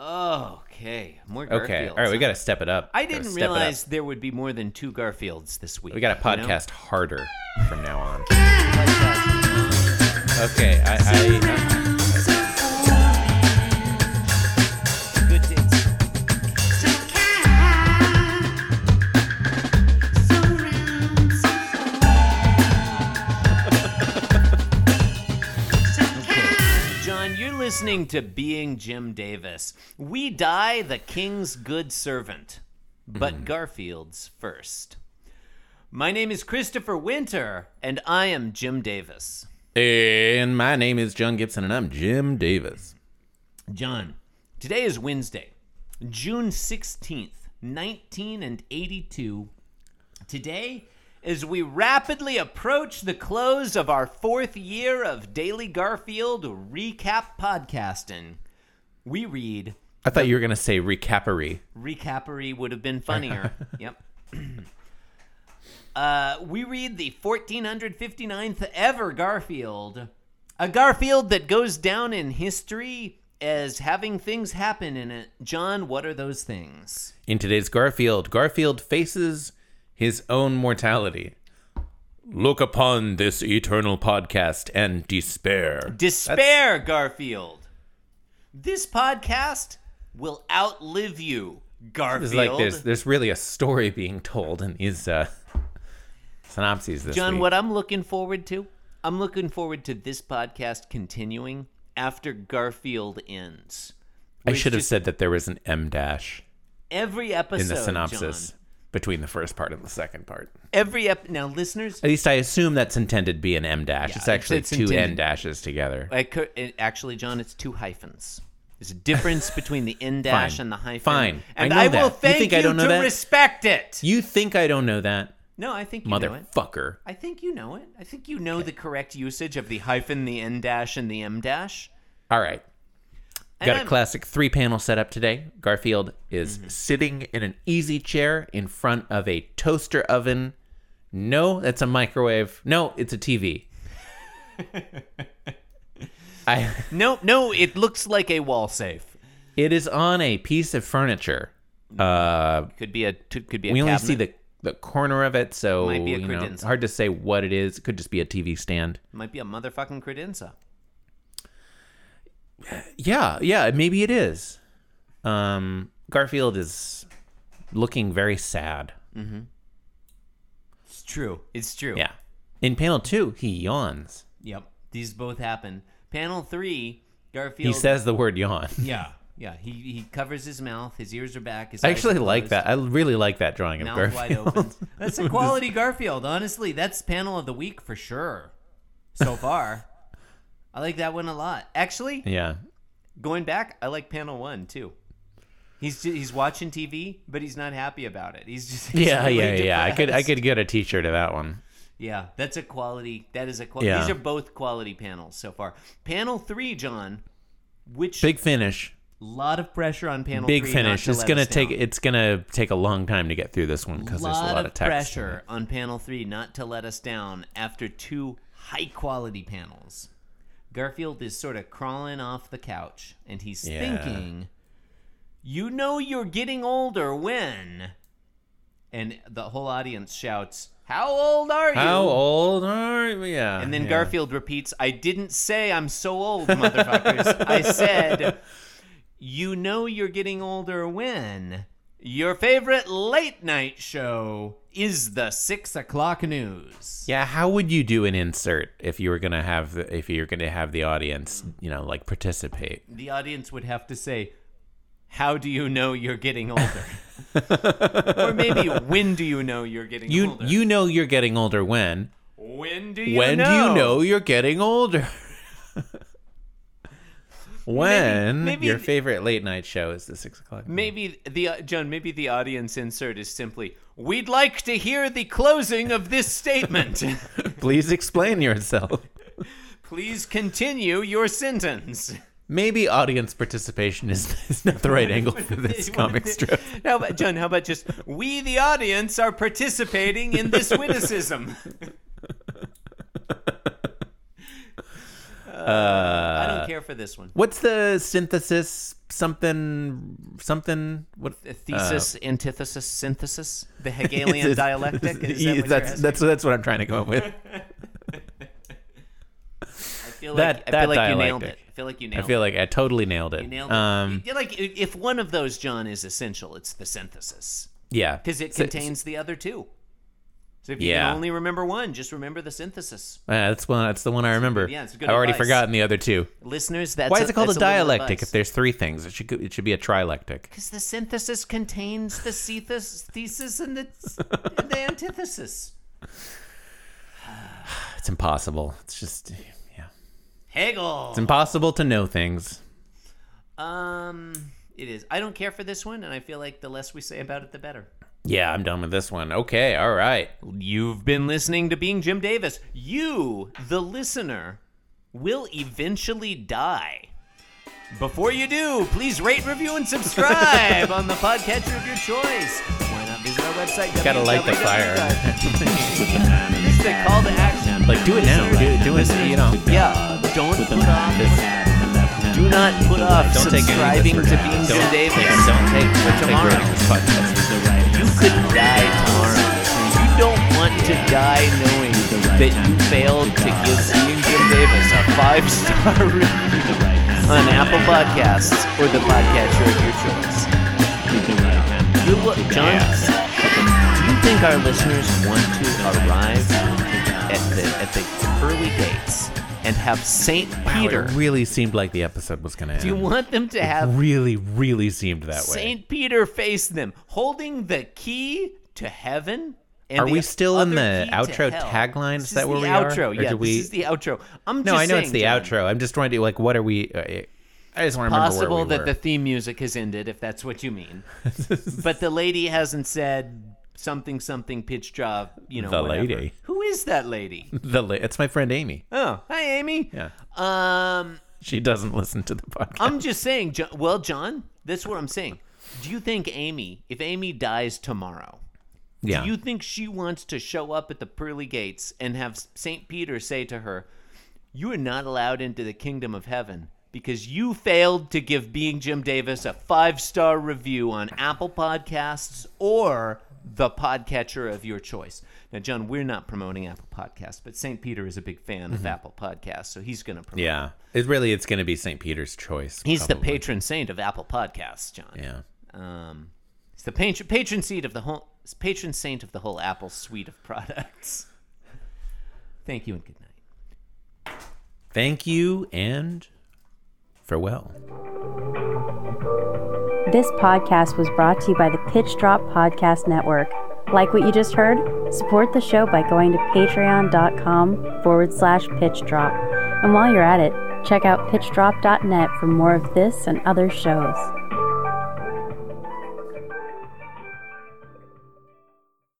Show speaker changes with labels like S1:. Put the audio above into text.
S1: Oh, okay. More Garfields.
S2: Okay. All right, we got to step it up.
S1: I
S2: Gotta
S1: didn't
S2: step it up.
S1: realize there would be more than two Garfields this week.
S2: We got to
S1: you know?
S2: podcast harder from now on. Okay, I, I,
S1: Good days. John, you're listening to Being Jim Davis. We die the king's good servant, but
S2: Mm-hmm.
S1: Garfield's first. My name is Christopher Winter, and I am Jim Davis.
S2: and my name is John Gibson, and I'm Jim Davis.
S1: John, today is Wednesday, June 16th, 1982. Today, as we rapidly approach the close of our fourth year of Daily Garfield recap podcasting, we read
S2: I thought you were gonna say recapery.
S1: recappery would have been funnier. yep. Uh, we read the 1459th ever Garfield, a Garfield that goes down in history as having things happen in it. John, what are those things?
S2: In today's Garfield, Garfield faces his own mortality. Look upon this eternal podcast and despair.
S1: Despair, Garfield. This podcast will outlive you, Garfield.
S2: It's like there's there's really a story being told in these uh, synopses this
S1: John,
S2: week.
S1: what I'm looking forward to, I'm looking forward to this podcast continuing after Garfield ends.
S2: I
S1: Where it's
S2: should have
S1: just
S2: said that there was an M dash
S1: every episode
S2: in the synopsis
S1: John,
S2: between the first part and the second part.
S1: every ep- now, listeners,
S2: At least I assume that's intended to be an M dash. it's
S1: it's-
S2: actually
S1: it's
S2: two
S1: intended-
S2: N dashes together.
S1: I could it, actually, John, it's two hyphens. There's a difference between the n dash
S2: Fine.
S1: and the hyphen.
S2: Fine. I
S1: and
S2: know
S1: I,
S2: that.
S1: will
S2: You
S1: thank
S2: think I don't know
S1: to
S2: that?
S1: respect it.
S2: You think I don't know that,
S1: no, I think you know it.
S2: motherfucker?
S1: I think you know it. I think you know the correct usage of the hyphen, the n dash, and the m dash.
S2: All right.
S1: And
S2: Got a
S1: I'm- Mm-hmm.
S2: classic three panel setup today. Garfield is sitting in an easy chair in front of a toaster oven. No, that's a microwave. No, it's a TV. I,
S1: No, no, it looks like a wall safe.
S2: it is on a piece of furniture. Uh,
S1: Could be a t- could be a
S2: we only
S1: cabinet.
S2: see the, the corner of it, so
S1: Might be a
S2: you know,
S1: credenza.
S2: hard to say what it is. It could just be a TV stand.
S1: might be a motherfucking credenza.
S2: Yeah, yeah, maybe it is. Um, Garfield is looking very sad.
S1: It's true. It's true.
S2: Yeah. In panel two, he yawns.
S1: Yep. These both happen. Panel three,
S2: He
S1: Garfield.
S2: says the word yawn.
S1: yeah, yeah. He he covers his mouth. His ears are back. His
S2: I
S1: eyes
S2: actually
S1: are
S2: like
S1: closed,
S2: that. I really like that drawing of
S1: Mouth
S2: Garfield.
S1: wide open. That's a quality Garfield. Honestly, that's panel of the week for sure. So far, I like that one a lot. Actually,
S2: Yeah.
S1: going back, I like panel one too. He's ju- he's watching TV, but he's not happy about it. He's just he's
S2: Yeah,
S1: really
S2: yeah, yeah. I could I
S1: depressed.
S2: could get a t shirt of that one.
S1: Yeah, that's a quality. That is a quality.
S2: Yeah.
S1: These are both quality panels so far. Panel three, John, which
S2: Big finish.
S1: lot of pressure on panel
S2: Big
S1: three.
S2: finish.
S1: Not to
S2: It's
S1: let
S2: gonna
S1: us
S2: take
S1: down.
S2: it's gonna take a long time to get through this one because there's a lot of text.
S1: pressure on panel three not to let us down after two high quality panels. Garfield is sort of crawling off the couch and he's
S2: Yeah.
S1: thinking, You know, you're getting older when. And the whole audience shouts, How old are you?
S2: How old are you? Yeah.
S1: And then
S2: yeah.
S1: Garfield repeats, I didn't say I'm so old, motherfuckers. I said, You know you're getting older when your favorite late night show is the six o'clock news.
S2: Yeah, how would you do an insert if you were gonna have the, if you're gonna have the audience, you know, like participate?
S1: The audience would have to say, How do you know you're getting older? or maybe, When do you know you're getting
S2: You
S1: older?
S2: you know you're getting older when
S1: when do you
S2: when
S1: know?
S2: do you know you're getting older? when
S1: maybe-
S2: your favorite late night show is the six o'clock. news.
S1: Maybe the uh, John. Maybe the audience insert is simply, "We'd like to hear the closing of this statement.
S2: Please explain yourself.
S1: Please continue your sentence."
S2: Maybe audience participation is, is not the right angle for this comic strip.
S1: How about John? How about just, "We, the audience, are participating in
S2: Uh,
S1: this witticism." I don't care for this one.
S2: What's the synthesis? Something, something. What?
S1: A thesis, antithesis, synthesis, the Hegelian
S2: uh, It's-
S1: dialectic. Is that what you're
S2: that's
S1: asking?
S2: that's that's what I'm trying to come up with.
S1: I feel
S2: that-
S1: like, I
S2: that
S1: feel like you nailed it.
S2: dialectic.
S1: I feel like you
S2: I
S1: nailed
S2: feel like I totally nailed it.
S1: it. You nailed it.
S2: Um,
S1: You- like i- if one of those, John, is essential, it's the synthesis
S2: yeah,
S1: because it
S2: So-
S1: contains the other two. So if you
S2: Yeah.
S1: can only remember one, just remember the synthesis.
S2: Yeah, that's one. That's the one I remember.
S1: yeah, it's good
S2: I've already
S1: advice.
S2: forgotten the other two.
S1: Listeners, that's
S2: Why
S1: a-
S2: is it called a,
S1: that's a
S2: dialectic if there's three things? It should go- it should be a trilectic.
S1: Because the synthesis contains the thesis, thesis and the, and the antithesis.
S2: It's impossible. It's just yeah.
S1: Hegel.
S2: It's impossible to know things.
S1: Um, it is. I don't care for this one, and I feel like the less we say about it, the better.
S2: Yeah, I'm done with this one. Okay, all right.
S1: You've been listening to Being Jim Davis. You, the listener, will eventually die. Before you do, please rate, review, and subscribe on the podcatcher of your choice. Why not visit our website?
S2: Gotta light the fire.
S1: this is the call to action.
S2: Like do it now. Do it. Do it. You know.
S1: Yeah, don't put off. Do not put off
S2: Don't take any
S1: subscribing
S2: of this
S1: to
S2: for now.
S1: Being Jim
S2: Don't-
S1: Davis.
S2: yeah, don't take-
S1: for
S2: don't take
S1: tomorrow.
S2: rating this podcast.
S1: You could die tomorrow. You don't want to die knowing that you failed to give Being Jim Davis a five star review on Apple Podcasts or the podcatcher of your choice. You look, John. Do you think our listeners want to arrive at the at the pearly gates and have Saint Peter?
S2: It really seemed like the episode was gonna end.
S1: Do you want them to have
S2: really, really seemed that way.
S1: Saint Peter faced them, holding the key to heaven. And
S2: Are
S1: the
S2: we still in
S1: other
S2: the
S1: key to
S2: outro
S1: hell.
S2: tagline? Is
S1: This
S2: that where
S1: the
S2: we are?
S1: outro.
S2: Or
S1: Yeah,
S2: do
S1: this
S2: we-
S1: is the outro. I'm
S2: No,
S1: just
S2: I know it's
S1: saying,
S2: the
S1: John,
S2: outro. I'm just trying to like, what are we? Uh, I just want to remember
S1: Possible
S2: where we
S1: that the
S2: were.
S1: theme music has ended, if that's what you mean. but the lady hasn't said something, something pitch job. You know,
S2: The
S1: whatever.
S2: lady.
S1: Who is that lady?
S2: the la- it's my friend Amy.
S1: Oh, hi, Amy.
S2: Yeah,
S1: Um,
S2: she doesn't listen to the podcast.
S1: I'm just saying. Jo- Well, John, that's what I'm saying. Do you think Amy, if Amy dies tomorrow?
S2: yeah,
S1: Do you think she wants to show up at the pearly gates and have St. Peter say to her, You are not allowed into the kingdom of heaven because you failed to give Being Jim Davis a five star review on Apple Podcasts or the podcatcher of your choice? Now, John, we're not promoting Apple Podcasts, but St. Peter is a big fan of Apple Podcasts, so he's going to promote.
S2: Mm-hmm. yeah. It really, it's going to be St. Peter's choice.
S1: He's the
S2: probably.
S1: patron saint of Apple Podcasts, John.
S2: Yeah.
S1: Um, he's the patron patron saint of the whole patron saint of the whole Apple suite of products. Thank you and good night.
S2: Thank you and farewell.
S3: This podcast was brought to you by the Pitch Drop Podcast Network. Like what you just heard? Support the show by going to patreon.com forward slash pitch drop. And while you're at it, check out pitchdrop.net for more of this and other shows.